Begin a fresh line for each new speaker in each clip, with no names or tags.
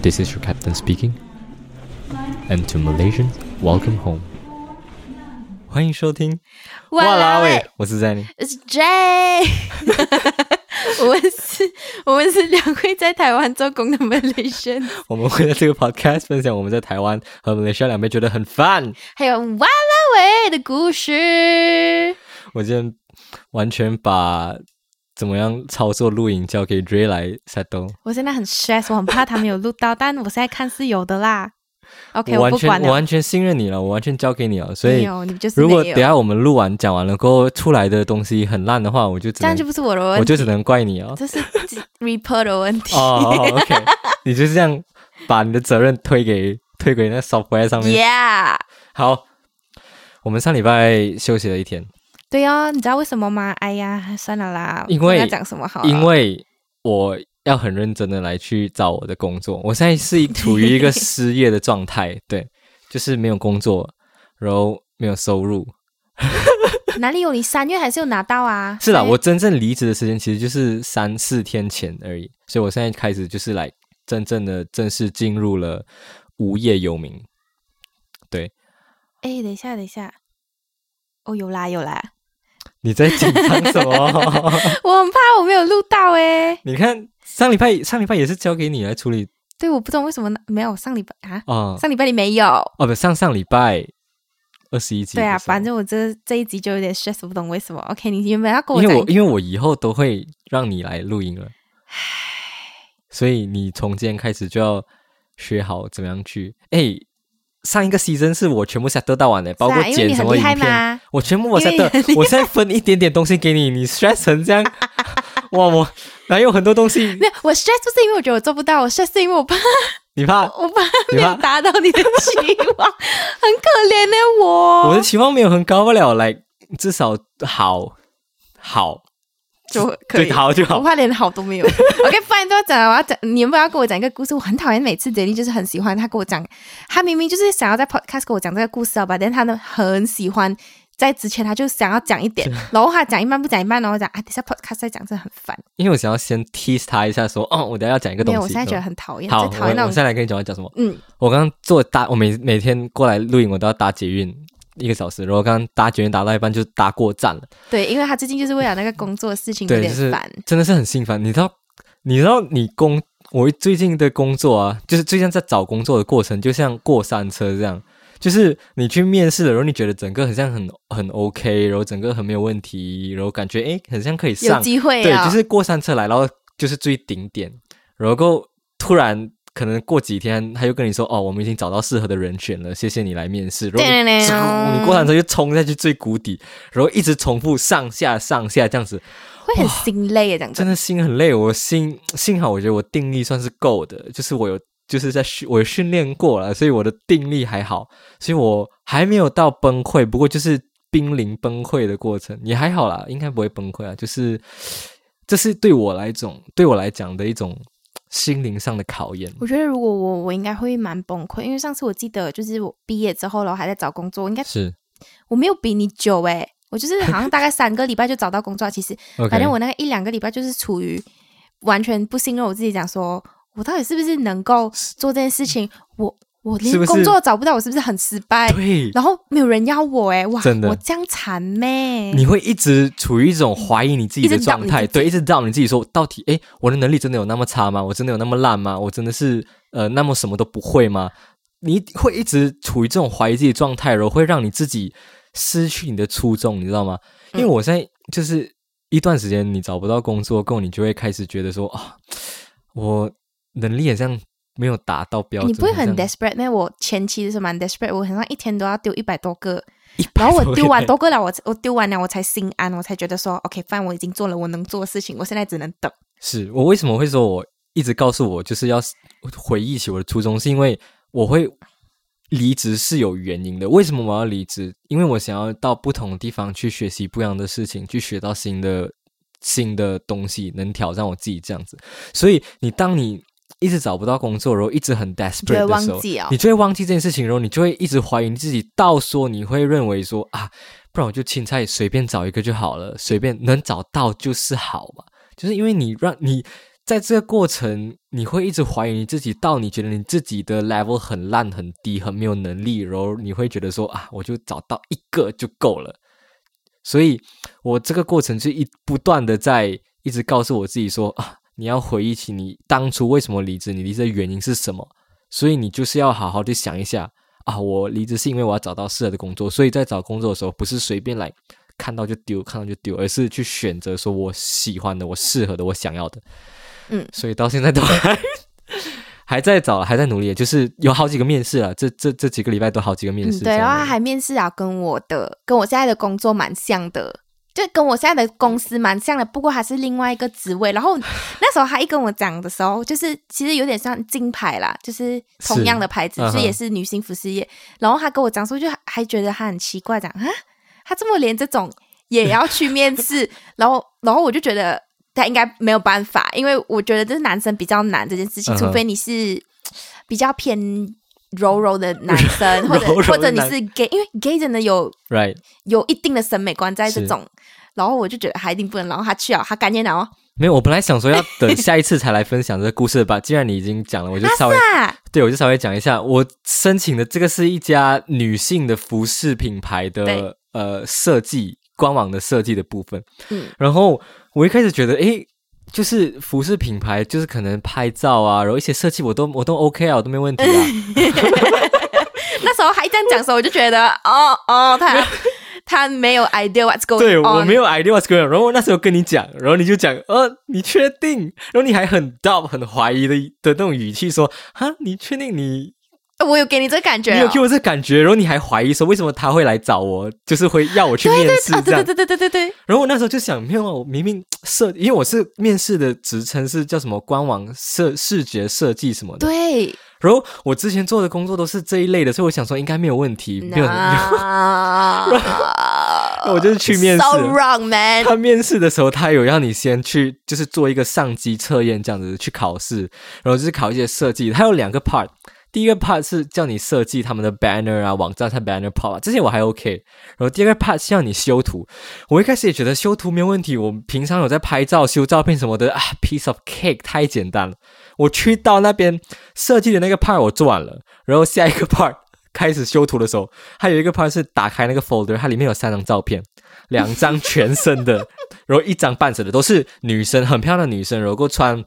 This is your captain speaking. And to Malaysians, welcome home. 欢迎收听
哇啦喂，
我是在你。
是 J，我们是，我们是两位在台湾做工的 Malaysian，
我们会在这个 podcast 分享我们在台湾和马来西亚两边觉得很 fun。
还有哇啦喂的故事。
我今天完全把怎么样操作录影交给 Ray 来 settle。
我现在很 stress，我很怕他们有录到，但我现在看是有的啦。
我
OK，哎我
完
不
全
管
我
了。
完全信任你了，我完全交给你了。所
没
以
有，你就是
如果
没
等
有
一下我们录完讲完了过后出来的东西很烂的话，我就只
这样
能
就不是我的问
我
题，
就只能怪你哦。
这是 report 的问题。
哦哦，OK，你就是这样把你的责任推给推给那 software 上面。
Yeah，
好，我们上礼拜休息了一天，
对哦，你知道为什么吗？哎呀，算了啦，
因为
要讲什么好了？
因为我要很认真的来去找我的工作。我现在是一处于一个失业的状 态，对，就是没有工作，然后没有收入。
哪里有你三月还是有拿到啊？
是啦，
三月
我真正离职的时间其实就是三四天前而已，所以我现在开始就是来真正的正式进入了无业游民。
哎，等一下，等一下，哦，有啦有啦，
你在紧张什么？
我很怕我没有录到哎、
你看上礼拜上礼拜也是交给你来处理
对，我不知道为什么呢没有上礼拜啊，
啊、
上礼拜你没有。
哦不上上礼拜二十一集的时候。
对啊，反正我这这一集就有点 stress，我不懂为什么。OK，你原本要跟我
因
讲
为我因为我以后都会让你来录音了，所以你从今天开始就要学好怎么样去哎。上一个 season 是我全部 set 到完的，包括
是啊因为
剪
你
什
很
么
厉
影
害
片，
吗？
我全部我
因
set
为你很厉
的，我再分一点点东西给你，你 stress 成这 样，哇，我哪有很多东西
没，有，我 stress 不是因为我觉得我做不到，我 stress 是因为我怕
你怕？
我怕
你
没有
怕
达到你的期望，很可怜的我。
我的期望没有很高不了，来至少好好
就可以
对好就
我
好。
怕连好都 没有。OK，不然都要讲啊了，我要讲，你原本要跟我讲一个故事，我很讨厌每次 Jenny 就是很喜欢他跟我讲，他明明就是想要在 podcast 跟我讲这个故事好吧，但他呢很喜欢。在之前他就想要讲一点，
嗯
然后他讲一半不讲一半，然后我讲啊，等一下 podcast 再讲，真的很烦。
因为我想要先 tease 他一下说哦，我等一下要讲一个
没
东西。
有，我现在觉得
嗯
很讨厌，
好，
最
我
讨厌那
我
种
现在来跟你讲要讲什么。
嗯，
我刚刚坐搭，我每每天过来录影，我都要搭捷运一个小时，然后刚刚搭捷运搭到一半就搭过站了，
对，因为他最近就是为了那个工作的事情有
对，就
点
是
烦。
真的是很心烦。你知道，你知道你工我最近的工作啊，就是最近在找工作的过程，就像过山车这样。就是你去面试了，然后你觉得整个很像很很 OK，然后整个很没有问题，然后感觉诶很像可以
有
上，
机会
对，
啊、
就是过山车来，然后就是最顶点，然后突然可能过几天他又跟你说，哦，我们已经找到适合的人选了，谢谢你来面试。然后你嗖你过山车就冲下去最谷底，然后一直重复上下上下这样子，
会很心累啊，这样子
真。的心很累。我心幸好我觉得我定力算是够的，就是我有就是在训我有训练过了，所以我的定力还好，所以我还没有到崩溃，不过就是濒临崩溃的过程也还好啦，应该不会崩溃啊。就是这是对我来讲对我来讲的一种心灵上的考验。
我觉得如果我我应该会蛮崩溃，因为上次我记得就是我毕业之后，然后还在找工作，我应该
是
我没有比你久诶、我就是好像大概三个礼拜就找到工作。其 实
OK，
反正我那个一两个礼拜就是处于完全不信任我自己，讲说我到底是不是能够做这件事情？我我
是不
连
是
工作找不到，我是不是很失败？
对。
然后没有人要我诶、哇，
真的
我这样惨咩？
你会一直处于一种怀疑你自己的
一直 doubt
状态，
你自己
对，一直 doubt 你自己说，到底诶，我的能力真的有那么差吗？我真的有那么烂吗？我真的是呃那么什么都不会吗？你会一直处于这种怀疑自己的状态，然后会让你自己失去你的初衷，你知道吗？因为我现在就是一段时间你找不到工作够，你就会开始觉得说啊，我能力好像没有达到标准，
欸你不会很
好像
desperate？那我前期的时候蛮 desperate，我好像一天都要丢一百多个，
100
然后我丢完
多
多个了，我我丢完了，我才心安，我才觉得说，OK，反正我已经做了我能做的事情，我现在只能等。
是我为什么会说我一直告诉我就是要回忆起我的初衷，是因为我会离职是有原因的。为什么我要离职？因为我想要到不同的地方去学习不一样的事情，去学到新的新的东西，能挑战我自己这样子。所以你当你一直找不到工作，然后一直很 desperate
就
的
会
时候
忘记哦，
你就会忘记这件事情，然后你就会一直怀疑你自己，到说你会认为说啊，不然我就青菜随便找一个就好了，随便能找到就是好嘛。就是因为你让你在这个过程，你会一直怀疑你自己，到你觉得你自己的 level 很烂、很低、很没有能力，然后你会觉得说啊，我就找到一个就够了。所以，我这个过程是一不断的在一直告诉我自己说啊，你要回忆起你当初为什么离职，你离职的原因是什么。所以你就是要好好的想一下啊，我离职是因为我要找到适合的工作，所以在找工作的时候不是随便来看到就丢，看到就丢，而是去选择说我喜欢的、我适合的、我想要的。
嗯，
所以到现在都还还在找，还在努力，就是有好几个面试了，这这这几个礼拜都好几个面试
嗯，
这
对，
样而已。
然后他还面试啊，跟我的跟我现在的工作蛮像的，就跟我现在的公司蛮像的，不过还是另外一个职位。然后那时候他一跟我讲的时候，就是其实有点像金牌啦，就是同样的牌子，
嗯哼
就是也是女性服饰业。然后他跟我讲说，就还还觉得他很奇怪，讲啊，他这么连这种也要去面试， 然后然后我就觉得他应该没有办法，因为我觉得这是男生比较难这件事情，
嗯哼
除非你是比较偏柔柔的男 生，或者
柔柔的
或者你
男
是 gay，因为 gay 真的有
right
有一定的审美观在这
是
种，然后我就觉得他哎一定不能，然后他去了，他干念 了哦，
没有，我本来想说要等下一次才来分享这个故事吧。既然你已经讲了，我就稍微
啊，
对我就稍微讲一下。我申请的这个是一家女性的服饰品牌的
对
呃设计官网的设计的部分。
嗯，
然后我一开始觉得，诶，就是服饰品牌，就是可能拍照啊，然后一些设计我都我都 OK 啊，我都没问题啊。
那时候还这样讲的时候，我就觉得 哦哦， 他他没有 idea what's going on，
对我没有 idea what's going on。然后那时候跟你讲，然后你就讲，呃，你确定？然后你还很 doubt、很怀疑的的那种语气说，哈，你确定你
我有给你这个感觉
你
哦、
有给我这感觉，然后你还怀疑说为什么他会来找我，就是会要我去面试
啊，
这样
对。对对对对对，
然后我那时候就想，没有啊，我明明设，因为我是面试的职称是叫什么官网设视觉设计什么的。
对，
然后我之前做的工作都是这一类的，所以我想说应该没有问题，没有。
那
我就是去面试
So wrong, man！
他面试的时候，他有让你先去，就是做一个上机测验这样子去考试，然后就是考一些设计。他有两个 part，第一个 part 是叫你设计他们的 banner 啊、网站上 banner part 啊，这些我还 OK。然后第二个 part 是要你修图，我一开始也觉得修图没有问题，我平常有在拍照、修照片什么的啊，piece of cake 太简单了。我去到那边设计的那个 part 我做完了，然后下一个 part 开始修图的时候，它有一个 part 是打开那个 folder，它里面有三张照片，两张全身的， 然后一张半身的，都是女生，很漂亮的女生，然后穿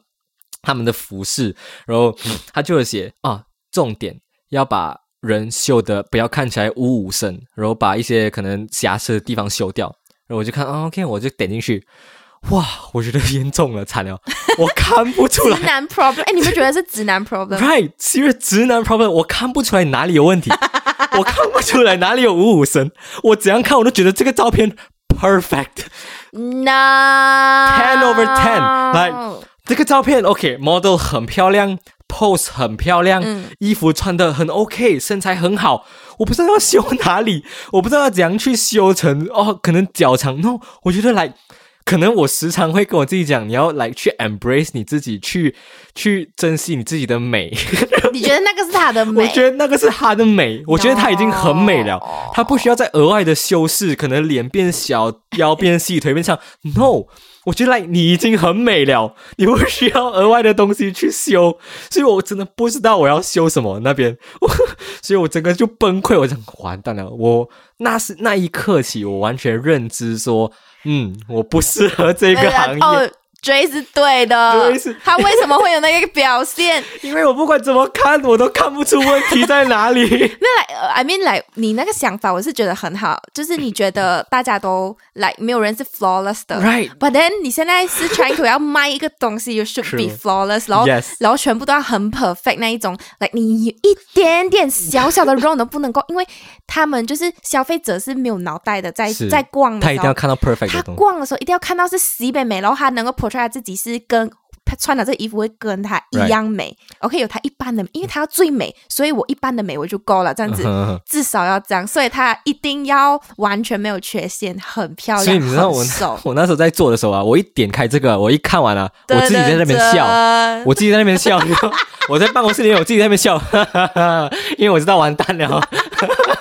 她们的服饰，然后他就有写啊，重点要把人修的不要看起来五五身，然后把一些可能瑕疵的地方修掉。然后我就看啊，OK，我就点进去，哇，我觉得严重了，惨了，我看不出来
直男 problem，哎、你们觉得是直男 problem？
Right，是因为直男 problem，我看不出来哪里有 问题，我看不出来哪里有五五身，我怎样看我都觉得这个照片 perfect，
No. Ten
over 10来这个照片 OK，model、很漂亮，pose 很漂亮，衣服穿的很 OK，身材很好，我不知道要修哪里， 我不知道要怎样去修成哦，可能脚长，no，我觉得来。可能我时常会跟我自己讲，你要来去 embrace 你自己，去去珍惜你自己的美。
你觉得那个是他的
我
美？
觉得那个是她的美，我觉得她已经很美了，她不需要再额外的修饰，可能脸变小、腰变细、腿变长。No，我觉得 like 你已经很美了，你不需要额外的东西去修。所以我真的不知道我要修什么那边， 我所以我整个就崩溃，我想完蛋了，我那是那一刻起，我完全认知说，嗯，我不适合这个行业。
哦，J 是对的
Dre 是
他为什么会有那个表现？
因为我不管怎么看，我都看不出问题在哪里。
那来、呃 i mean 来、你那个想法我是觉得很好，就是你觉得大家都来、没有人是 flawless 的
Right
But then 你现在是 trying to 要卖一个东西，you should be
True
flawless，然后
Yes
然后全部都要很 perfect 那一种，like 你有一点点小小的 wrong 都不能够，因为他们就是消费者是没有脑袋的，在
是
在逛的时
他
候，
一定要看到 perfect
他
的东西。
逛的时候一定要看到是西北美，然后他能够 portray 他自己是跟他穿的这衣服会跟他一样美。OK，有他一般的美，因为他要最美，所以我一般的美我就够了，这样子、
嗯哼
至少要这样，所以他一定要完全没有缺陷，很漂亮，
所以你知道我。
很瘦
我那时候在做的时候啊，我一点开这个，我一看完了、我自己在那边
噔噔
笑，
噔
我自己在那边笑， 我在办公室里面我自己在那边笑， 因为我知道完蛋了，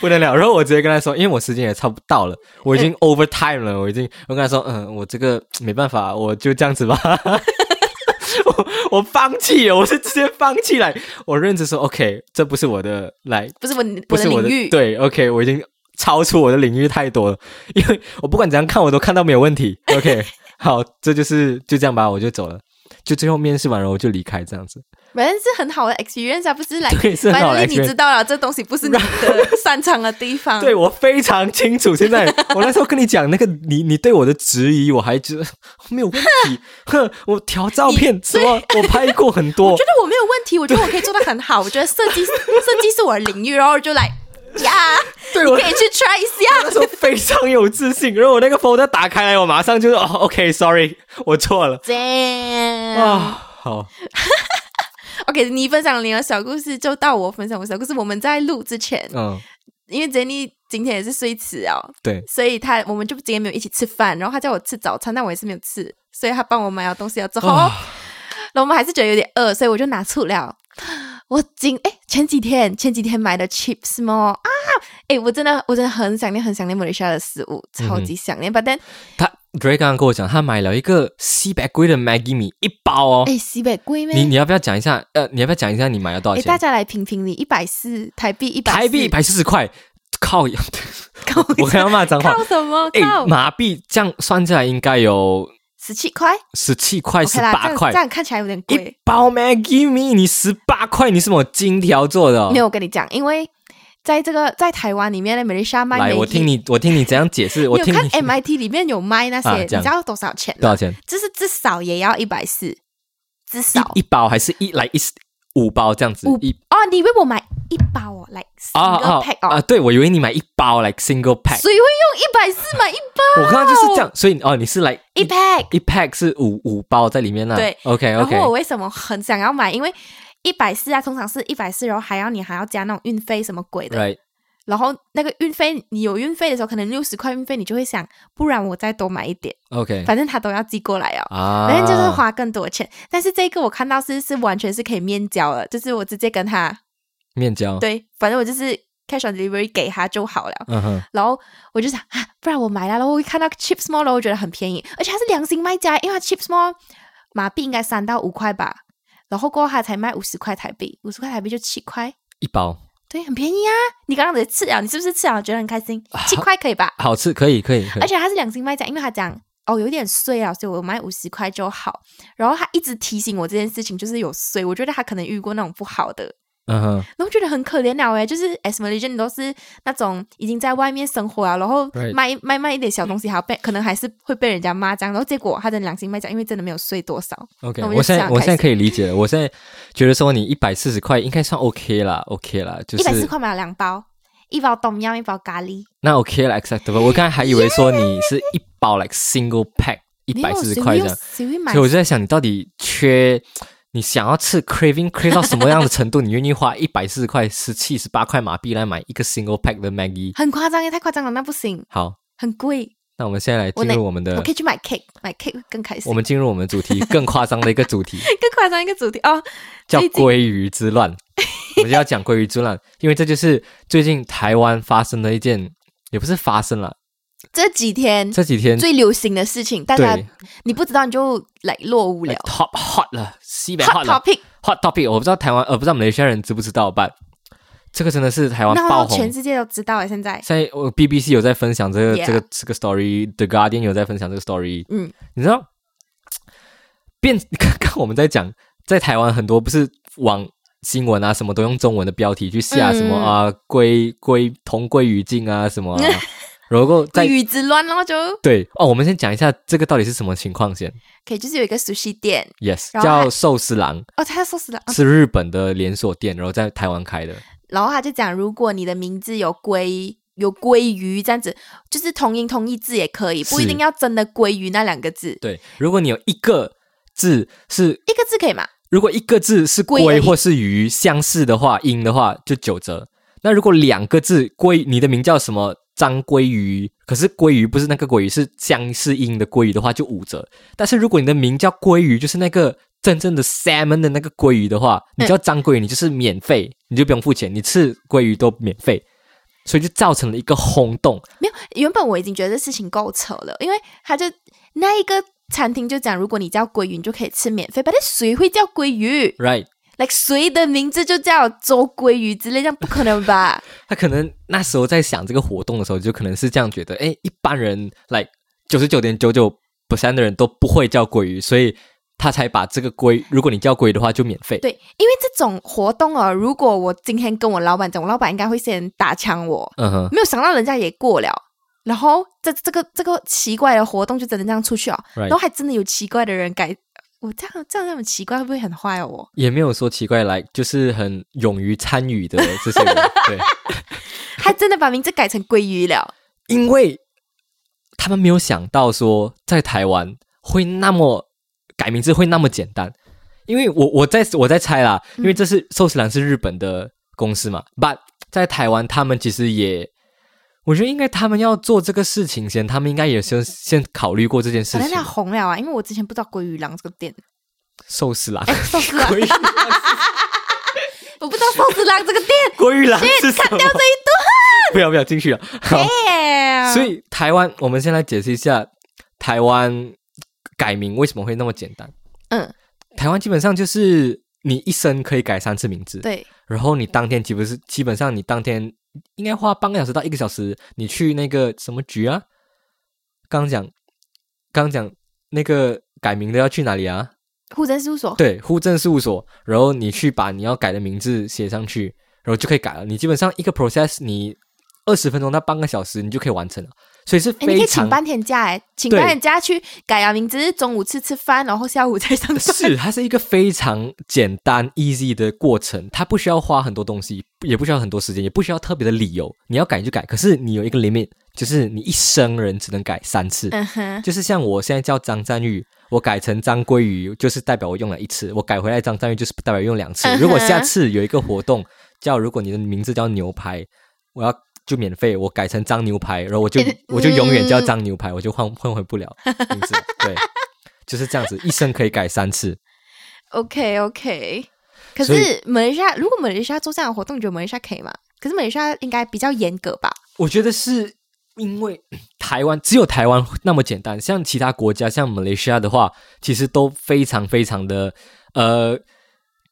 不能了。然后我直接跟他说，因为我时间也差不到了，我已 经 over time 了，我已经我跟他说，嗯，我这个没办法，我就这样子吧。 我放弃了，我是直接放弃来，我认知说 OK，这不是我的来，
不是我
不
我
是我的
领域，
对，OK，我已经超出我的领域太多了，因为我不管怎样看，我都看到没有问题。OK，好，这就是就这样吧，我就走了。就最后面试完了，我就离开，这样子，
反正是很好的 experience 啊，不是来，
对，是很
反
好的
正你
experience
知道了，这东西不 是你的擅长的地方。
对我非常清楚。现在我那时候跟你讲那个，你你对我的质疑，我还觉得没有问题。哼，我调照片什么，我拍过很多
我觉。得我没有问题，我觉得我可以做得很好。我觉得设计 设计是我的领域，然后我就来呀，
对
你
我
可以去 try 一
那
下。
时候非常有自信，然后我那个 folder 打开来，我马上就是哦，OK，sorry，、我错了
Damn！、
啊。好，
OK，你分享你的小故事，就到我分享我的小故事。我们在录之前，
嗯，
因为 Jenny 今天也是睡迟哦，
对，
所以她我们就今天没有一起吃饭，然后她叫我吃早餐，但我也是没有吃，所以她帮我买了东西了之后，
啊
那、我们还是觉得有点饿，所以我就拿出了我今哎前几天前几天买的 chips 么啊，哎我真的我真的很想念很想念马来西亚的食物，
嗯
超级想念。But then
他 Dray 刚刚跟我讲，他买了一个西北龟的 Maggie 米一包哦。
哎西北贵
你你
咩？
要不要讲一下？呃，你要不要讲一下你买了多少
哎
钱？
大家来评评理，一百四台币一百
台币一百四十块，靠！ 我
靠
刚刚骂脏话。
靠什么
哎、
靠？
马币这样算下来应该有
十七块
十七块、十
，OK 啦，这
八
样
块
这。样看起来有点贵
一。包 Maggie 米，你十八块，你是什么金条做的、哦？
没有，我跟你讲，因为在这个在台湾里面的美丽莎卖
来，
Maggi
我听你，我听你怎样解 释。我
你
听
有看哎
你
MIT 里面有卖那些，
啊
你
这样
知道多少钱
多
吗？
少钱？
就是至少也要一百四，至少
一一包还是一来一五包这样子？
五
一
哦。你以为我买一包哦，来
啊
single
啊
pack
啊！
哦，
对，我以为你买一包来 single pack，
谁会用一百四买一包？
我刚刚就是这样，所以哦，你是来
哦一 pack。
一 pack 是五五包在里面啊啦。
对
，OK
然
哎 OK
后我为什么很想要买？因为一百四啊，通常是一百四，然后还要你还要加那种运费什么鬼的。
right
然后那个运费，你有运费的时候，可能六十块运费，你就会想，不然我再多买一点，
OK
反正他都要寄过来哦。
啊，
反正就是花更多钱。但是这个我看到是是完全是可以面交的，就是我直接跟他
哦面交。，
对，反正我就是 cash on delivery 给他就好了。
嗯哼，
然后我就想啊，不然我买了，然后我一看到 Chips Mall，然后我觉得很便宜，而且它是良心卖家，因为它 Chips Mall 马币应该三到五块吧，然后过后它才卖五十块台币，五十块台币就七块，
一包
对，很便宜啊！你刚刚只是吃了，你是不是吃了觉得很开心？七块可以吧？
好吃，可以可以可以
而。且他是良心卖家，因为他讲哦有点碎啊，所以我买五十块就好。然后他一直提醒我这件事情，就是有碎，我觉得他可能遇过那种不好的，
嗯哼
然后觉得很可怜了哎，就是 S m a l a s i a 都是那种已经在外面生活啊，然后
Right
卖卖卖一点小东西，还要被可能还是会被人家骂这样。然后结果他的良心卖家，因为真的没有碎多少，
，OK，
那我们就
我现在
这样
我现在
开
可
始
以理解了，我现在觉得说你一百四十块应该算 OK 啦，OK 啦，就
一百四
是
块买了两包，一包冬阴一包咖喱，
那 OK 啦，acceptable。我刚才还以为说你是一包 like single pack 一
没
百
有
四十
谁
块这
会用
样，
谁会买
所以我就在想你到底缺。你想要吃 craving crave 到什么样的程度？你愿意花一百四十块、十七、十八块马币来买一个 single pack 的 Maggie？
很夸张耶，欸太夸张了，那不行，
好，
很贵。
那我们现在来
我
进
那
入我们的
我可以去买 cake，买 cake 会更开心。
啊我们进入我们主题更夸张的一个主题，
更夸张一个主题哦，
叫
最近
鲑鱼之乱。我们就要讲鲑鱼之乱，因为这就是最近台湾发生的一件，也不是发生了，
这几天
这几天
最流行的事情，大家
对
你不知道你就来落伍了
like。top hot 了，西北 hot
Hot
了
topic
hot topic。我不知道台湾呃，不知道马来西亚人知不知道吧？这个真的是台湾
闹
爆
到
红。
全世界都知道了。现在
现在呃我 BBC 有在分享这个
Yeah
这个这个 story，The Guardian 有在分享这个 story。
嗯，
你知道变 刚刚我们在讲，在台湾很多不是网新闻啊，什么都用中文的标题去下
嗯
什么啊，鲑鲑同归于尽啊什么 啊，然后在
鱼之乱，然后就
对哦，我们先讲一下这个到底是什么情况先。
可以就是有一个熟悉店
Yes，
然后还
叫寿司郎，
哦，他说死了。哦
是日本的连锁店，然后在台湾开的。
然后他就讲，如果你的名字有鲑有鲑鱼这样子，就是同音同义字也可以，不一
是
定要真的鲑鱼那两个字，
对，如果你有一个字是，
一个字可以吗？
如果一个字是
龟而
龟
已
或是鱼相似的话，音的话就九折。那如果两个字龟，你的名叫什么？张鲑鱼，可是鲑鱼不是那个鲑鱼，是相似音的鲑鱼的话就五折。但是如果你的名叫鲑鱼，就是那个真正的 salmon 的那个鲑鱼的话，你叫张鲑鱼，你就是免费，你就不用付钱，你吃鲑鱼都免费，所以就造成了一个轰动。
没有，原本我已经觉得这事情够扯了，因为他就那一个餐厅就讲，如果你叫鲑鱼，你就可以吃免费。但是谁会叫鲑鱼
，right？
？like 谁的名字就叫周鲑鱼之类，这样不可 能吧？
他可能那时候在想这个活动的时候，就可能是这样觉得，哎，一般人来九十九点九九 percent 的人都不会叫鲑鱼，所以他才把这个鲑，如果你叫鲑鱼的话就免费。
对，因为这种活动哦，如果我今天跟我老板讲，我老板应该会先打枪我。
嗯哼，
没有想到人家也过了，然后这这个这个奇怪的活动就真的这样出去哦
Right
然后还真的有奇怪的人改。我这样这样那么奇怪，会不会很坏哦？我
也没有说奇怪，来就是很勇于参与的这些人， 对，
还真的把名字改成鲑鱼了。
因为他们没有想到说在台湾会那么改名字会那么简单，因为我我在我在猜啦，因为这是寿司郎是日本的公司嘛、b u t 在台湾他们其实也。我觉得应该他们要做这个事情前，他们应该也先先考虑过这件事
可能
情
它。红了啊，因为我之前不知道鲑鱼郎这个 店，哎
寿司 郎，
寿司郎
鲑，鱼
我不知道寿司郎这个店。
鲑鱼郎是什么？掉这一段，不要不要进去了。好，
哎
哦所以台湾，我们先来解释一下台湾改名为什么会那么简单。
嗯，
台湾基本上就是你一生可以改三次名字，
对，
然后你当天基本是基本上你当天应该花半个小时到一个小时，你去那个什么局啊？刚讲刚讲那个改名的要去哪里啊？
护政事务所。
对，户政事务所，然后你去把你要改的名字写上去，然后就可以改了。你基本上一个 process，你二十分钟到半个小时，你就可以完成了，所以是
哎，你可
非
以请
常
半天假哎，请
对
半天假去改了名字，中午吃吃饭，然后下午再上 班。
是，它是一个非常简单 easy 的过程，它不需要花很多东西，也不需要很多时间，也不需要特别的理由。你要改就改，可是你有一个 limit，就是你一生人只能改三次。
嗯哼，
就是像我现在叫张赞玉，我改成张鲑鱼，就是代表我用了一次；我改回来张赞玉，就是代表用两次
嗯。哼
如果下次有一个活动叫，如果你的名字叫牛排，我要就免费，我改成张牛排，然后 我就
嗯
我就永远叫张牛排，我就换换回不了名字。对，就是这样子，一生可以改三次。
OK OK，可
所以
是马来西亚如果马来西亚做这样的活动，你觉得马来西亚可以吗？可是马来西亚应该比较严格吧？
我觉得是因为 台湾只有台湾那么简单，像其他国家像马来西亚的话，其实都非常非常的呃，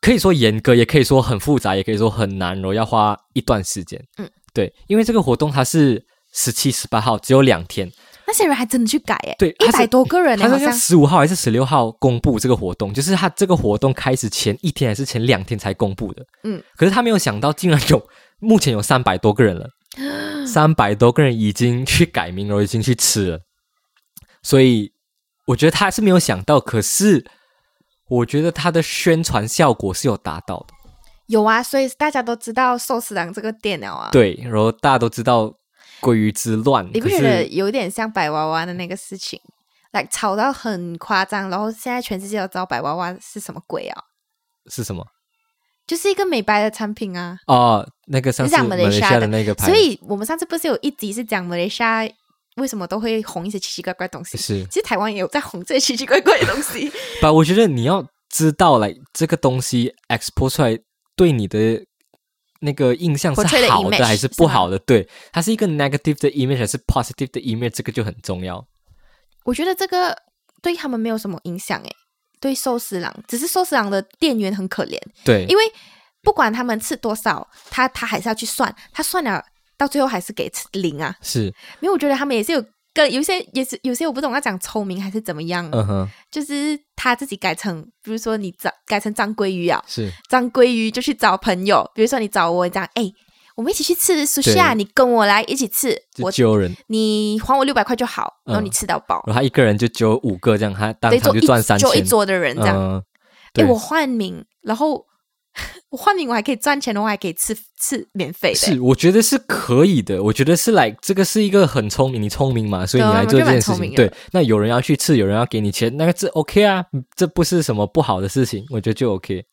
可以说严格，也可以说很复杂，也可以说很难，然后要花一段时间。
嗯，
对，因为这个活动它是十七、十八号只有两天，
那些人还真的去改哎，
对
一
他是
百多个人哎，
它
好
是像
像
十五号还是十六号公布这个活动，就是它这个活动开始前一天还是前两天才公布的。
嗯，
可是他没有想到，竟然有目前有三百多个人了，三百多个人已经去改名了，已经去吃了，所以我觉得他是没有想到，可是我觉得他的宣传效果是有达到的。
有啊，所以大家都知道寿司郎这个店了啊。，
对，然后大家都知道鲑鱼之乱，
你不
可
觉
是
得有点像百娃娃的那个事情？like 吵到很夸张，然后现在全世界都知道百娃娃是什么鬼啊，
是什么？
就是一个美白的产品啊。
哦，那个上
你
次
讲
马
马来
来
西
西
亚
亚
的
的那个牌子，
所以我们上次不是有一集是讲马来西亚为什么都会红一些奇奇怪怪的东西？
是
其实台湾也有在红这些奇奇怪怪的东西。
吧，我觉得你要知道，来这个东西 export 出来对你的那个印象是
Portray 的
好
image，
的还是不好的，对，它是一个 negative 的 image 还是 positive 的 image，这个就很重要。
我觉得这个对他们没有什么影响诶，对寿司郎，只是寿司郎的店员很可怜，
对，
因为不管他们吃多少，他他还是要去算，他算了到最后还是给零啊。
是，
因为我觉得他们也是有跟有一些也是有些我不懂要讲聪明还是怎么样，
嗯哼，
就是他自己改成，比如说你找改成张鲑鱼啊，
是
张鲑鱼就去找朋友，比如说你找我讲，哎，我们一起去吃寿司啊，
对
你跟我来一起吃，
就
我
揪人，
你还我六百块就好，然后
嗯
你吃到饱。
然后他一个人就揪五个这样，他当
对，
场
就
就
一
赚三千
就，一桌的人这样。
嗯，
哎、
对
我换名，然后我换名，我还可以赚钱，我还可以吃吃免费的。
是，我觉得是可以的。我觉得是来这个是一个很聪明，你聪明嘛，所以
对
你
啊
来
我
做这
觉得蛮
件事
聪
情。
明的
对，那有人要去吃，有人要给你钱，那个这 OK 啊，这不是什么不好的事情，我觉得就 OK。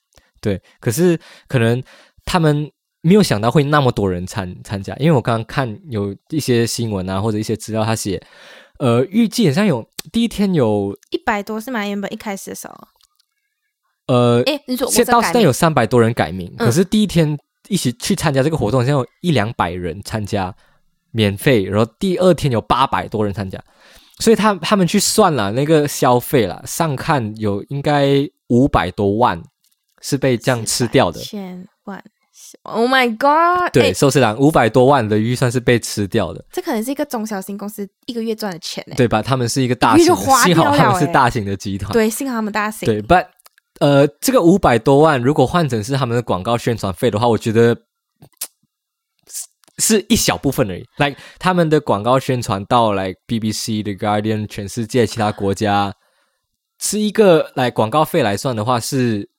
对，可是可能他们没有想到会那么多人参参加，因为我刚刚看有一些新闻啊，或者一些资料，他写，呃，预计好像有第一天有
一百多是吗？原本一开始的时候，
呃，
哎、你说我
现
这改
到现在
名
有三百多人改名，
嗯
可是第一天一起去参加这个活动，现在有一两百人参加免费，然后第二天有八百多人参加，所以他他们去算了那个消费啦，上看有应该五百多万是被这样吃掉的。
千万，Oh my God！
对，
诶
寿司郎五百多万的预算是被吃掉的，
这可能是一个中小型公司一个月赚的钱欸呢。
对吧？他们是一个大
一
型
个月就
的，
花
幸好
掉
他们
了
是
欸
大型的集团。
对，幸好他们大型。
对，but 呃，这个五百多万如果换成是他们的广告宣传费的话，我觉得嘖是一小部分而已。like 他们的广告宣传到来 BBC、The Guardian、全世界其他国家，是一个来广告费来算的话是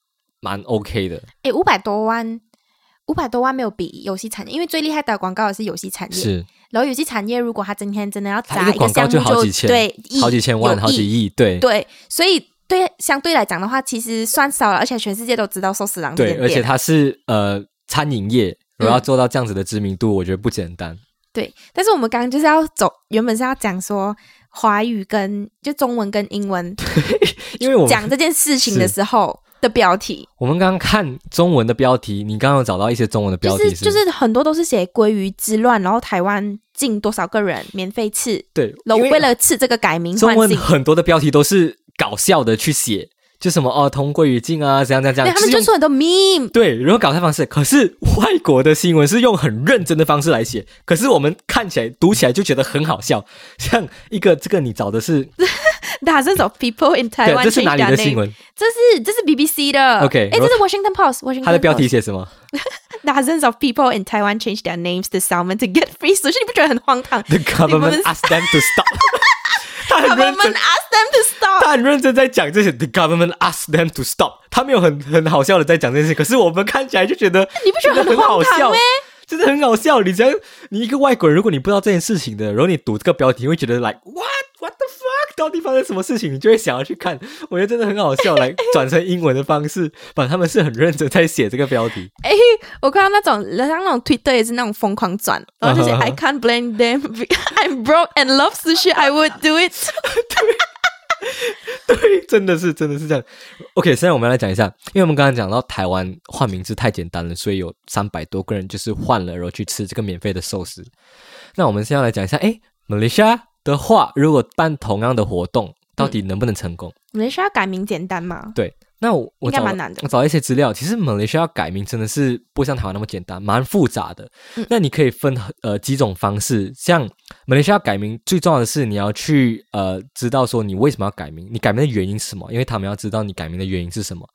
蛮 OK 的。
诶，五百多万，五百多万没有比游戏产业，因为最厉害的广告的是游戏产业。
是，
然后游戏产业如果他今天真的要
它
砸
一个广
项
告就
目就，
好几千，
对，亿
好几千万，
有
好几
亿，
亿，对。
对，所以对相对来讲的话，其实算少了，而且全世界都知道寿司郎这
对，
间
而且
店。
它是呃餐饮
嗯
业，我要做到这样子的知名度，我觉得不简单。
对，但是我们刚刚就是要走，原本是要讲说华语跟就中文跟英文
因为我们
讲这件事情的
是
时候的标题，
我们刚刚看中文的标题，你刚刚有找到一些中文的标
就
题
是就是很多都是写鲑鱼之乱，然后台湾进多少个人免费吃，
对，
然后
因
为了吃这个改名
中
换
文
姓，
很多的标题都是搞笑的去写，就什么哦，同归于尽啊，怎样怎样怎
对
样，
他们
是
就
用
出很多 meme，
对，然后搞笑方式。可是外国的新闻是用很认真的方式来写，可是我们看起来读起来就觉得很好笑。像一个这个你找的 是，
dozens of people in
对
Taiwan。，欸
这是哪里的新？闻？
这是这是 BBC 的
OK，
哎，
然后
这是 Washington Post，Washington
它的标题写什么？
Post Dozens of people in Taiwan change their names to salmon to get free sushi，你不觉得很荒唐
The government
你们
asked them to stop 。他 很认真
Government asked them to stop。
他很认真在讲这些，the government asked them to stop，他没有很很好笑的在讲这些事，可是我们看起来就觉得
哎你不觉得
真的
很
很好
荒唐
笑
咩？
真的很好笑，你只要你一个外国人，如果你不知道这件事情的，然后你读这个标题，你会觉得 like what what the fuck，到底发生什么事情，你就会想要去看。我觉得真的很好笑， 来转成英文的方式，把他们是很认真在写这个标题。
哎，我看到那种像那种 Twitter 也是那种疯狂转，然后就是
啊哈
I can't blame them. I'm broke and love sushi. I would do it.
对，真的是真的是这样。OK，现在我们来讲一下，因为我们刚刚讲到台湾换名字太简单了，所以有三百多个人就是换了，然后去吃这个免费的寿司。那我们现在来讲一下，哎，马来西亚的话，如果办同样的活动，到底能不能成功？
我们需要改名简单吗？
对，那我我
应该
找
蛮
了
难的
我找了一些资料，其实马来西亚改名真的是不像台湾那么简单，蛮复杂的。
嗯
那你可以分呃几种方式，像马来西亚改名最重要的是你要去呃知道说你为什么要改名，你改名的原因是什么，因为他们要知道你改名的原因是什么。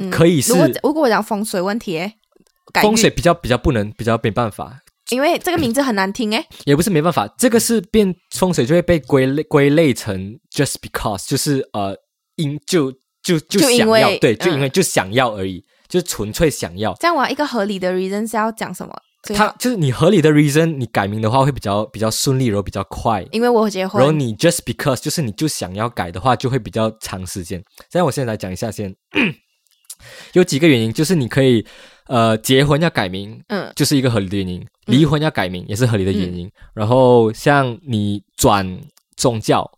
嗯
可以是
如果如果我讲风水问题，诶改
风
运
水比较比较不能比较没办法，
因为这个名字很难听哎、
也不是没办法，这个是变风水就会被归类归类成 just because，就是呃因就就就
就因
想要
为
对，就
嗯
因为就想要而已，就是纯粹想要。
这样我要一个合理的 reason 是要讲什么？最
他
好
就是你合理的 reason，你改名的话会比较比较顺利，然后比较快。
因为我结
然后
婚，
你 just because 就是你就想要改的话，就会比较长时间。现在我现在来讲一下先， 有几个原因，就是你可以呃结婚要改名，
嗯，
就是一个合理的原因；离婚要改名也是合理的原因。然后像你转宗教，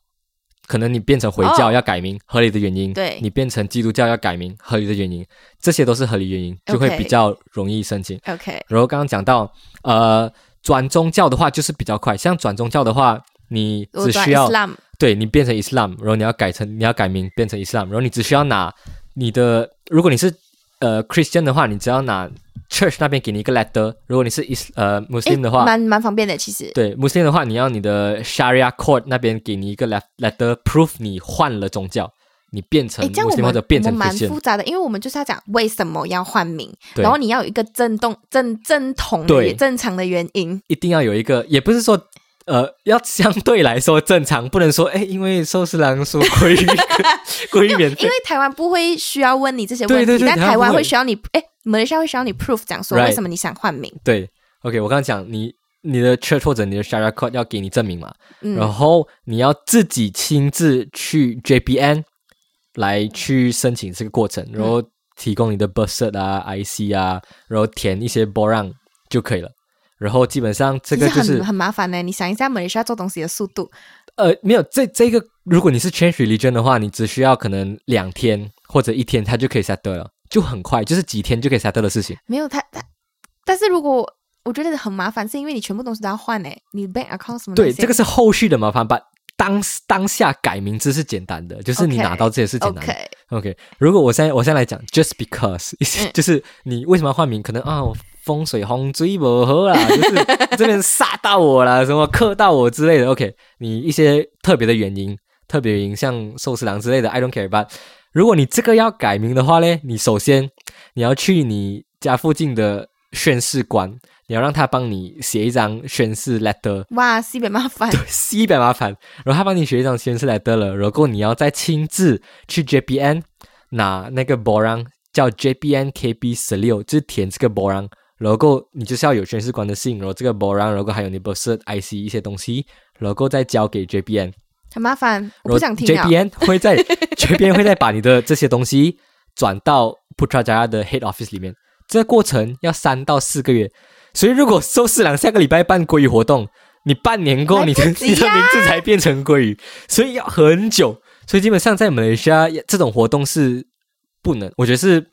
可能你变成回教
哦
要改名，合理的原因；
对
你变成基督教要改名，合理的原因，这些都是合理原因，就会
OK
比较容易申请。
OK，
然后刚刚讲到，呃，转宗教的话就是比较快，像转宗教的话，你
我
只
转
需要
Islam，
对你变成 Islam，然后你要改成你要改名变成 Islam，然后你只需要拿你的，如果你是呃 Christian 的话，你只要拿 Church 那边给你一个 letter，如果你是 Is 呃 Muslim 的话，
蛮蛮方便的，其实。
对 Muslim 的话，你要你的 Sharia Court 那边给你一个 let- letter proof 你换了宗教，你变成
诶，这样我
Muslim
们
或者变成
我们蛮
Christian，
复杂的，因为我们就是要讲为什么要换名，
对
然后你要有一个正动正正统的
对
原正常的原因。
一定要有一个，也不是说呃要相对来说正常，不能说哎，诶因为寿司郎说鲑 鱼鲑鱼免
因
费
为，台湾不会需要问你这些问
对
题，
对对
但
台湾
台湾
不会
会需要你，哎，马来西亚会需要你 proof 讲说
Right
为什么你想换名。
对，OK，我刚刚讲你你的 church 或者你的 sharia code 要给你证明嘛，然
嗯，
后你要自己亲自去 JPN 来去申请这个过程，
嗯
然后提供你的 birth cert 啊、IC 啊，然后填一些 borang 就可以了。然后基本上这个就
其实
是
很很麻烦呢。你想一下，马来西亚做东西的速度，
呃，没有这这个，如果你是 change religion 的话，你只需要可能两天或者一天，它就可以 settle 了，就很快，就是几天就可以 settle 的事情。
没有他他，但是如果我觉得很麻烦，是因为你全部东西都要换诶，你 bank account 什么那
对，
些
这个是后续的麻烦吧。当当下改名字是简单的，就是你
OK，
拿到这些是简单的。
OK，
OK，如果我现在我现在来讲，just because，意思 就是你为什么要换名？可能啊，我风水风水不好啦， 就是这边煞到我啦，什么克到我之类的。OK，你一些特别的原因，特别原因像寿司郎之类的，I don't care。But 如果你这个要改名的话嘞，你首先你要去你家附近的宣誓官，你要让他帮你写一张宣誓 letter。
哇，西北麻烦，
一百麻烦，然后他帮你学一张宣誓来得了，然后你要再亲自去 JPN 拿那个 borang 叫 JPN KB 十六，就是填这个 borang，然后你就是要有宣誓官的信，然后这个 borang，然后还有你 b i r IC 一些东西，然后再交给 JPN，
很麻烦，
然
我
后
不想听啊了。
JPN 会在 JPN 会再把你的这些东西转到 Putrajaya 的 head office 里面，这个过程要三到四个月。所以如果寿司郎下个礼拜办鲑鱼活动，你半年后
来
你
不
的、
及
你的
呀
名字才变成鲑鱼，所以要很久。所以基本上在马来西亚这种活动是不能，我觉得是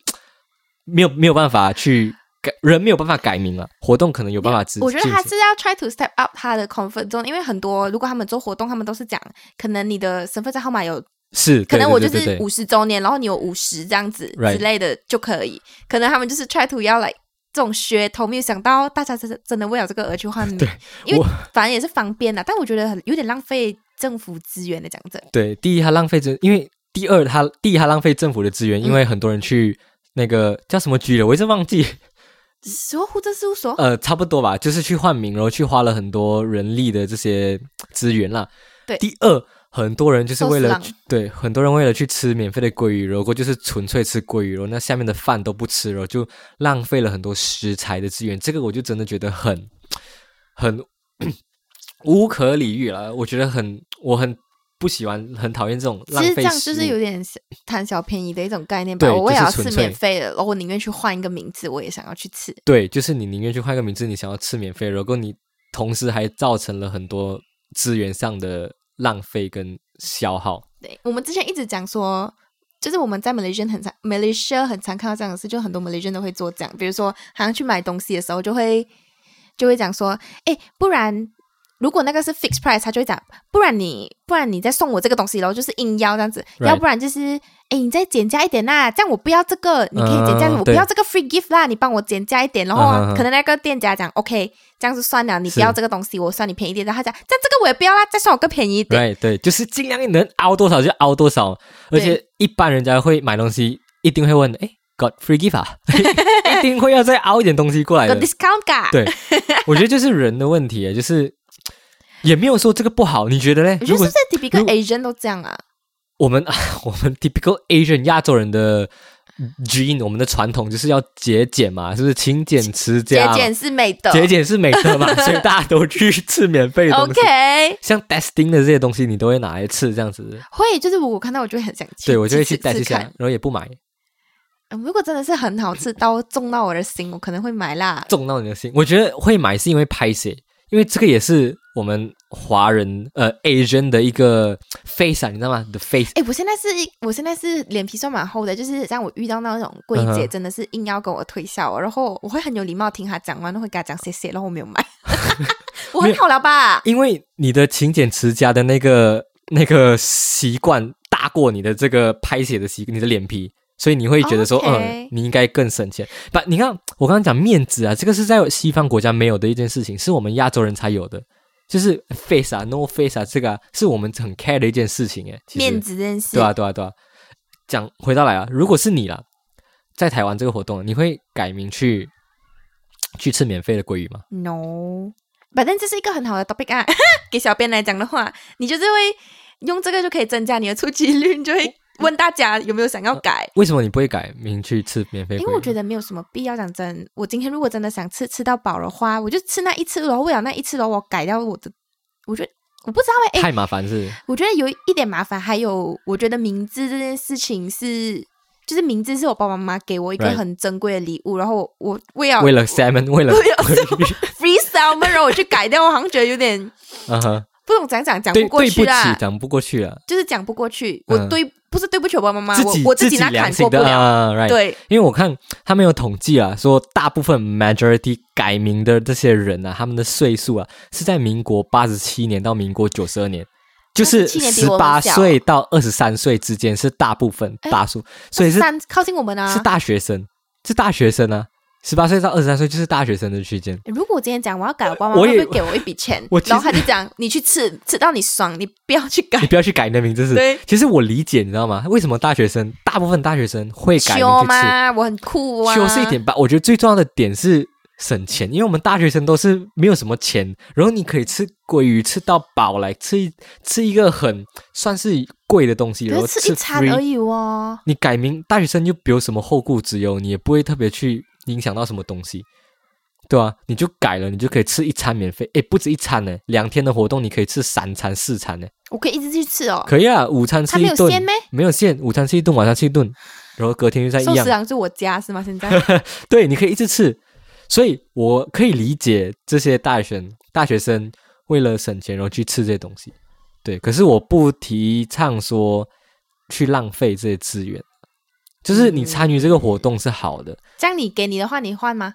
没有没有办法去改人没有办法改名了，活动可能有办法执。
我觉得
进
他
行
是要 try to step up 他的 comfort zone，因为很多如果他们做活动，他们都是讲，可能你的身份证号码有，
是，
可能
对
我就
对对对
是
对
五十周年，然后你有五十这样子
Right
之类的就可以。可能他们就是 try to 要来这种噱头，没有想到大家真真的为了这个而去换名，
对
因为
我
反正也是方便啦，但我觉得很有点浪费政府资源的讲真。
对，第一他浪费政，因为第二他第一他浪费政府的资源，因为很多人去那个叫什么局了，我一直忘记，
所户政事务所，
呃，差不多吧，就是去换名，然后去花了很多人力的这些资源啦。
对
第二很多人就是为了
寿司
去对很多人为了去吃免费的鲑鱼，然后就是纯粹吃鲑鱼，然后那下面的饭都不吃，然后就浪费了很多食材的资源，这个我就真的觉得很 很 无可理喻了，我觉得很我很。不喜欢，很讨厌这种呃浪
其实这
费
样
食
就
物。
是有点小贪小便宜的一种概念吧。
对
我为了要
就是
吃
纯粹
免费的，然后我宁愿去换一个名字，我也想要去吃。
对，就是你宁愿去换个名字，你想要吃免费，如果你同时还造成了很多资源上的浪费跟消耗。
对，我们之前一直讲说，就是我们在 Malaysia 很常 Malaysia 很常看到这样的事，就很多 Malaysia 都会做这样，比如说好像去买东西的时候就会就会讲说，哎，不然。如果那个是 fixed price，他就会讲，不然你不然你再送我这个东西咯，然后就是硬要这样子
Right
要不然就是，哎，你再减价一点啦，这样我不要这个，你可以减价
嗯
我不
对
要这个 free gift 啦，你帮我减价一点，然后
嗯嗯嗯
可能那个店家讲 OK，这样子算了，你不
是
要这个东西，我算你便宜一点，然后他讲，这样这个我也不要啦，再算我更便宜一点，
对对，就是尽量能凹多少就凹多少，而且一般人家会买东西一定会问，哎，got free gift 啊？一定会要再凹一点东西过来
有
的。
discount 噶，
对，我觉得就是人的问题，就是也没有说这个不好，你觉得呢
我？觉
如
得
果
是不是 t y p i c a
如
Asian 都这样啊？
我们 我们 typical Asian 亚洲人的 gene，我们的传统就是要节俭嘛，是不是？勤俭持
啊节
家嘛，
俭是美德。
节俭是美德 嘛，所以大家都去吃免费的东西。
OK，
像 testing 的这些东西，你都会拿来吃，这样子。
会就是我看到我就会很想吃，
对，我就会去
试试
test 一下，
看
然。后也不买，
嗯如果真的是很好吃到中到我的心，我可能会买 啦。
中到你的心。我觉得会买是因为拍摄，因为这个也是我们华人呃 Asian 的一个 face 啊，你知道吗？The face
哎，我现在是，我现在是脸皮算蛮厚的，就是让我遇到那种柜
嗯
姐，
哼
真的是硬要跟我推销哦，然后我会很有礼貌听她讲完，然后会跟她讲谢谢，然后我没有 买，我很好了吧？
因为你的勤俭持家的那个那个习惯大过你的这个拍写的习，你的脸皮，所以你会觉得说
哦 OK
嗯，你应该更省钱。把你看，我刚刚讲面子啊，这个是在西方国家没有的一件事情，是我们亚洲人才有的，就是 face 啊，no face 啊，这个、啊、是我们很 care 的一件事情，哎，其实
面子这件事
对，啊，对啊，对啊。讲回到来啊，如果是你啦，在台湾这个活动，你会改名去去吃免费的鲑鱼吗？
No，反正这是一个很好的 topic 啊。 给小编来讲的话，你就是会用这个就可以增加你的出勤率，你就会问大家有没有想要改。
为什么你不会改名去吃免费鲑鱼？
因为我觉得没有什么必要讲真，我今天如果真的想吃吃到饱的话，我就吃那一次，然后为了那一次，然后我改掉我的，我觉得我不知道哎、
太麻烦是
我觉得有一点麻烦。还有，我觉得名字这件事情是，就是名字是我爸爸妈妈给我一个
Right
很珍贵的礼物，然后我我为了
为了 salmon，为了
为了
鲑鱼
free salmon，然后我去改掉，我好像觉得有点
嗯哼，
不懂讲讲讲
对，
过
对
去
不
啦
起，。讲不过去了，
就是讲不过去，
嗯
我对、不是对不起我爸爸妈妈，
自
我
己
我
自
己那
良
坎过
心
不
的
了。
啊，right？
对，
因为我看他们有统计啊，说大部分 majority 改名的这些人啊，他们的岁数啊是在民国八十七年到民国九十二年，就是
17年
十
比我
八
们小
岁到二十三岁之间是大部分
哎
大数，所以是
三靠近我们啊
是。大学生，是大学生啊，十八岁到二十三岁就是大学生的区间。
如果我今天讲我要改，我爸妈
我
会
也
不会给我一笔钱
我？其
然后
实
他就讲你去吃，吃到你爽，你不要去改
你。不要去改你的名字是
对。
其实我理解，你知道吗？为什么大学生大部分大学生会改名
修
字去
吗？我很酷啊。
吃？修是一点吧，我觉得最重要的点是省钱，因为我们大学生都是没有什么钱，然后你可以吃鲑鱼吃到饱来吃一吃一个很算是贵的东西，然
可
后
是吃一餐
free
而已哦。
你改名大学生就不有什么后顾之忧，你也不会特别去影响到什么东西，对啊，你就改了，你就可以吃一餐免费，诶，不止一餐呢，两天的活动你可以吃三餐四餐呢，
我可以一直去吃哦。
可以啊，午餐吃
它没
一
有
顿，
限咩？
没有限，午餐吃一顿，晚上吃一顿，然后隔天又再一
寿
样
司，啊郎是我家是吗？现在
对，你可以一直吃，所以我可以理解这些大学生大学生为了省钱然后去吃这些东西，对，可是我不提倡说去浪费这些资源。就是你参与这个活动是好的，
这样你给你的话，你换吗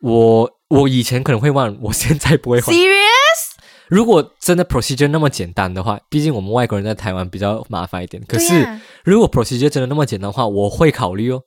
我我以前可能会换，我现在不会哎 换。
？Serious？
如果真的 procedure 那么简单的话，毕竟我们外国人在台湾比较麻烦一点。可
对啊
是、
呀
如果 procedure 真的那么简单的话，我会考虑哦，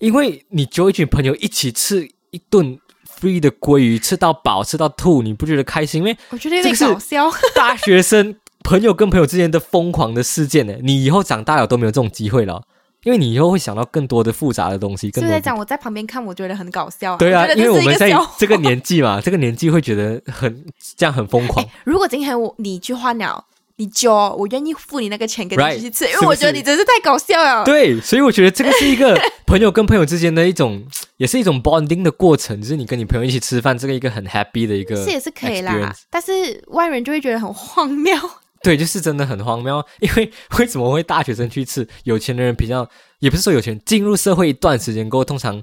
因为你揪一群朋友一起吃一顿 free 的鲑鱼，吃到饱，吃到吐，你不觉得开心？因为
我觉得有点
这个是
搞笑。
大学生朋友跟朋友之间的疯狂的事件呢，你以后长大了都没有这种机会了哦，因为你以后会想到更多的复杂的东西，
是
更多
不是在
的
讲我在旁边看，我觉得很搞笑、啊？
对啊
我觉，得
因为
这
我
是一
们
个
在哦
笑话
这个年纪 嘛，这个年纪会觉得很这样很疯狂
哎，如果今天我你去换了，你揪我愿意付你那个钱给你
Right，
去吃因
是不
为我觉得
是
你真是太搞笑 了。
对，所以我觉得这个是一 个朋友跟朋友之间的一种，也是一种 bonding 的过程，就是你跟你朋友一起吃饭，这个一个很 happy 的一个，
是也是可以啦
experience，
但是外人就会觉得很荒 谬。
对，就是真的很荒谬，因为为什么会大学生去吃？有钱的人比较，也不是说有钱人，进入社会一段时间过后，通常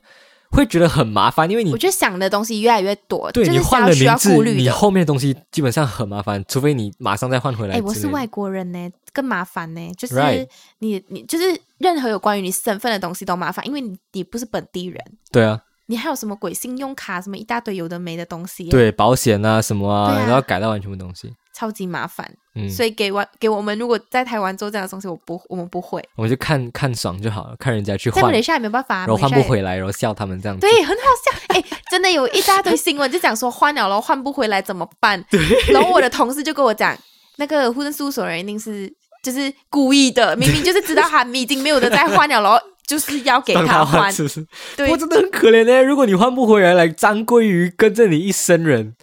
会觉得很麻烦，因为你
我觉得想的东西越来越多，
对
就
你
是
换
要
了
需
名
要
字
顾，虑
你
的。
后面的东西基本上很麻烦，除非你马上再换回来
哎、
之类的。
我是外国人呢，更麻烦呢。就是
Right
你你就是任何有关于你身份的东西都麻烦，因为你你不是本地人，
对啊，
你还有什么鬼信用卡什么一大堆有的没的东西，，
对保险啊什么啊，
对啊
然后改到完全不同东西。
超级麻烦。
嗯，
所以给我给我们如果在台湾做这样的东西，我不我们不会，
我们就看看爽就好了，看人家去
在
换
马来，西亚也没有办法、啊，
然后换
马
不
来西亚也。
回来，然后笑他们这样子。
对，很好笑。 哎、真的有一大堆新闻就讲说换了咯，换不回来怎么 办？然后我的同事就跟我讲，那个护政事务所人一定是就是故意的，明明就是知道他已经没有的再换了，然后 就是要给
让他
换。
是不是？
对
我，真的很可怜呢、如果你换不回来，来张鲑鱼跟着你一生人，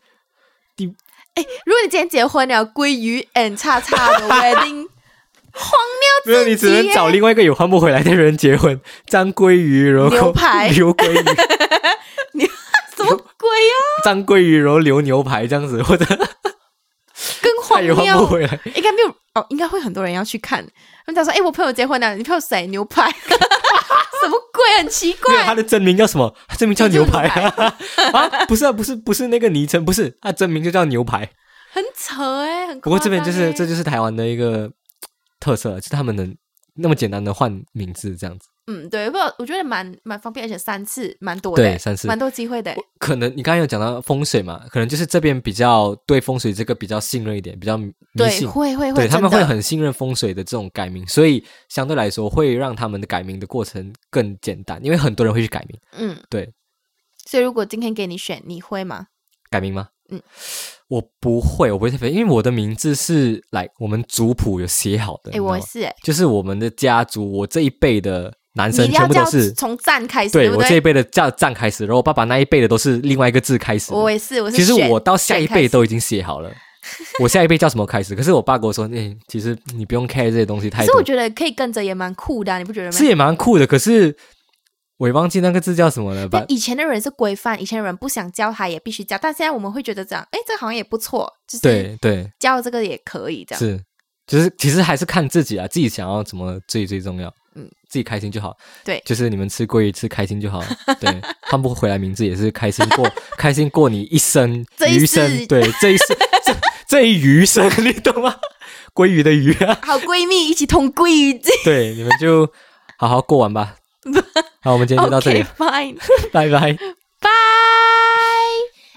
哎如果你今天结婚了，鲑鱼 and 叉叉 的 wedding，荒
没有你只能找另外一个有换不回来的人结婚，张鲑鱼，然后
牛 排
留鲑鱼，
谬什么鬼啊？
张鲑鱼，然后留牛排这样子，或者
更荒
他也换不
谬，
回来。
应该没有哦，应该会很多人要去看。他们讲说，哎、我朋友结婚了，你朋友谁牛排？ 什么鬼？很奇
没有
怪
他。的真名叫什么？他真名叫牛排
就
啊！啊，不是啊，不是，不是那个昵称，不是，他真名就叫牛排。
很扯哎、很
不过这边
夸
就
张
是
欸
这就是台湾的一个特色，就是他们能那么简单的换名字这样子。
嗯，对，不，我觉得蛮蛮方便，而且三次蛮多的欸，
对，三次
蛮多机会的欸。
可能你刚才有讲到风水嘛，可能就是这边比较对风水这个比较信任一点，比较迷
对，
信。
会会会，
对，他
真
们
的
会很信任风水的这种改名，所以相对来说会让他们的改名的过程更简单，因为很多人会去改名。
嗯，
对。
所以如果今天给你选，你会吗？
改名吗？
嗯，
我不会，我不会特别，因为我的名字是来我们族谱有写好的，你知
哎，
道
我
吗
也是哎，
就是我们的家族，我这一辈的男
你一
生
定要
全部
叫
都是
从站开始，
对
对不
我这一
对？
辈的叫站开始，然后我爸爸那一辈的都是另外一个字开始的。
我也是，我是
其实
选
我到下一
选开
辈
始
都已经写好了，我下一辈叫什么开始。可是我爸跟我说，哎、其实你不用 care 这些东西
可
太
是我
多，
觉得可以跟着也蛮酷的啊，你不觉得
是
吗？
也蛮酷的。可是我也忘记那个字叫什么了吧
就？以前的人是规范，以前的人不想教他也必须教，但现在我们会觉得这样，哎，这好像也不错，就是
对对，
教这个也可以这样。
是，就是其实还是看自己啊，自己想要怎么最最重要。嗯
嗯，
自己开心就好。
对
就是你们吃过一次开心就好。对，换不回来名字也是开心 过，开心过你一生
这一
余
世
生。对，这一生 这这一余生，你懂吗？鲑鱼的鱼啊，
好闺蜜一起同归于尽。
对，你们就好好过完 吧。好，我们今天就到 这里
OK，fine。
拜拜。
拜。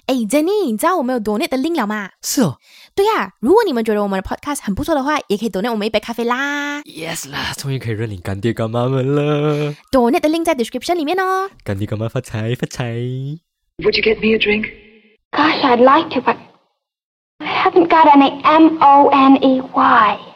哎，Jenny，你知道我们有 donate 的 link 了吗？
是哦，
对呀、如果你们觉得我们的 podcast 很不错的话，也可以 donate 我们一杯咖啡啦。
Yes 啦，终于可以认领干爹干妈们了，
donate 的 link 在 description 里面哦。
干爹干妈发财发财！
Would you get me a drink?
Gosh, I'd like to, but I haven't got any M O N E Y.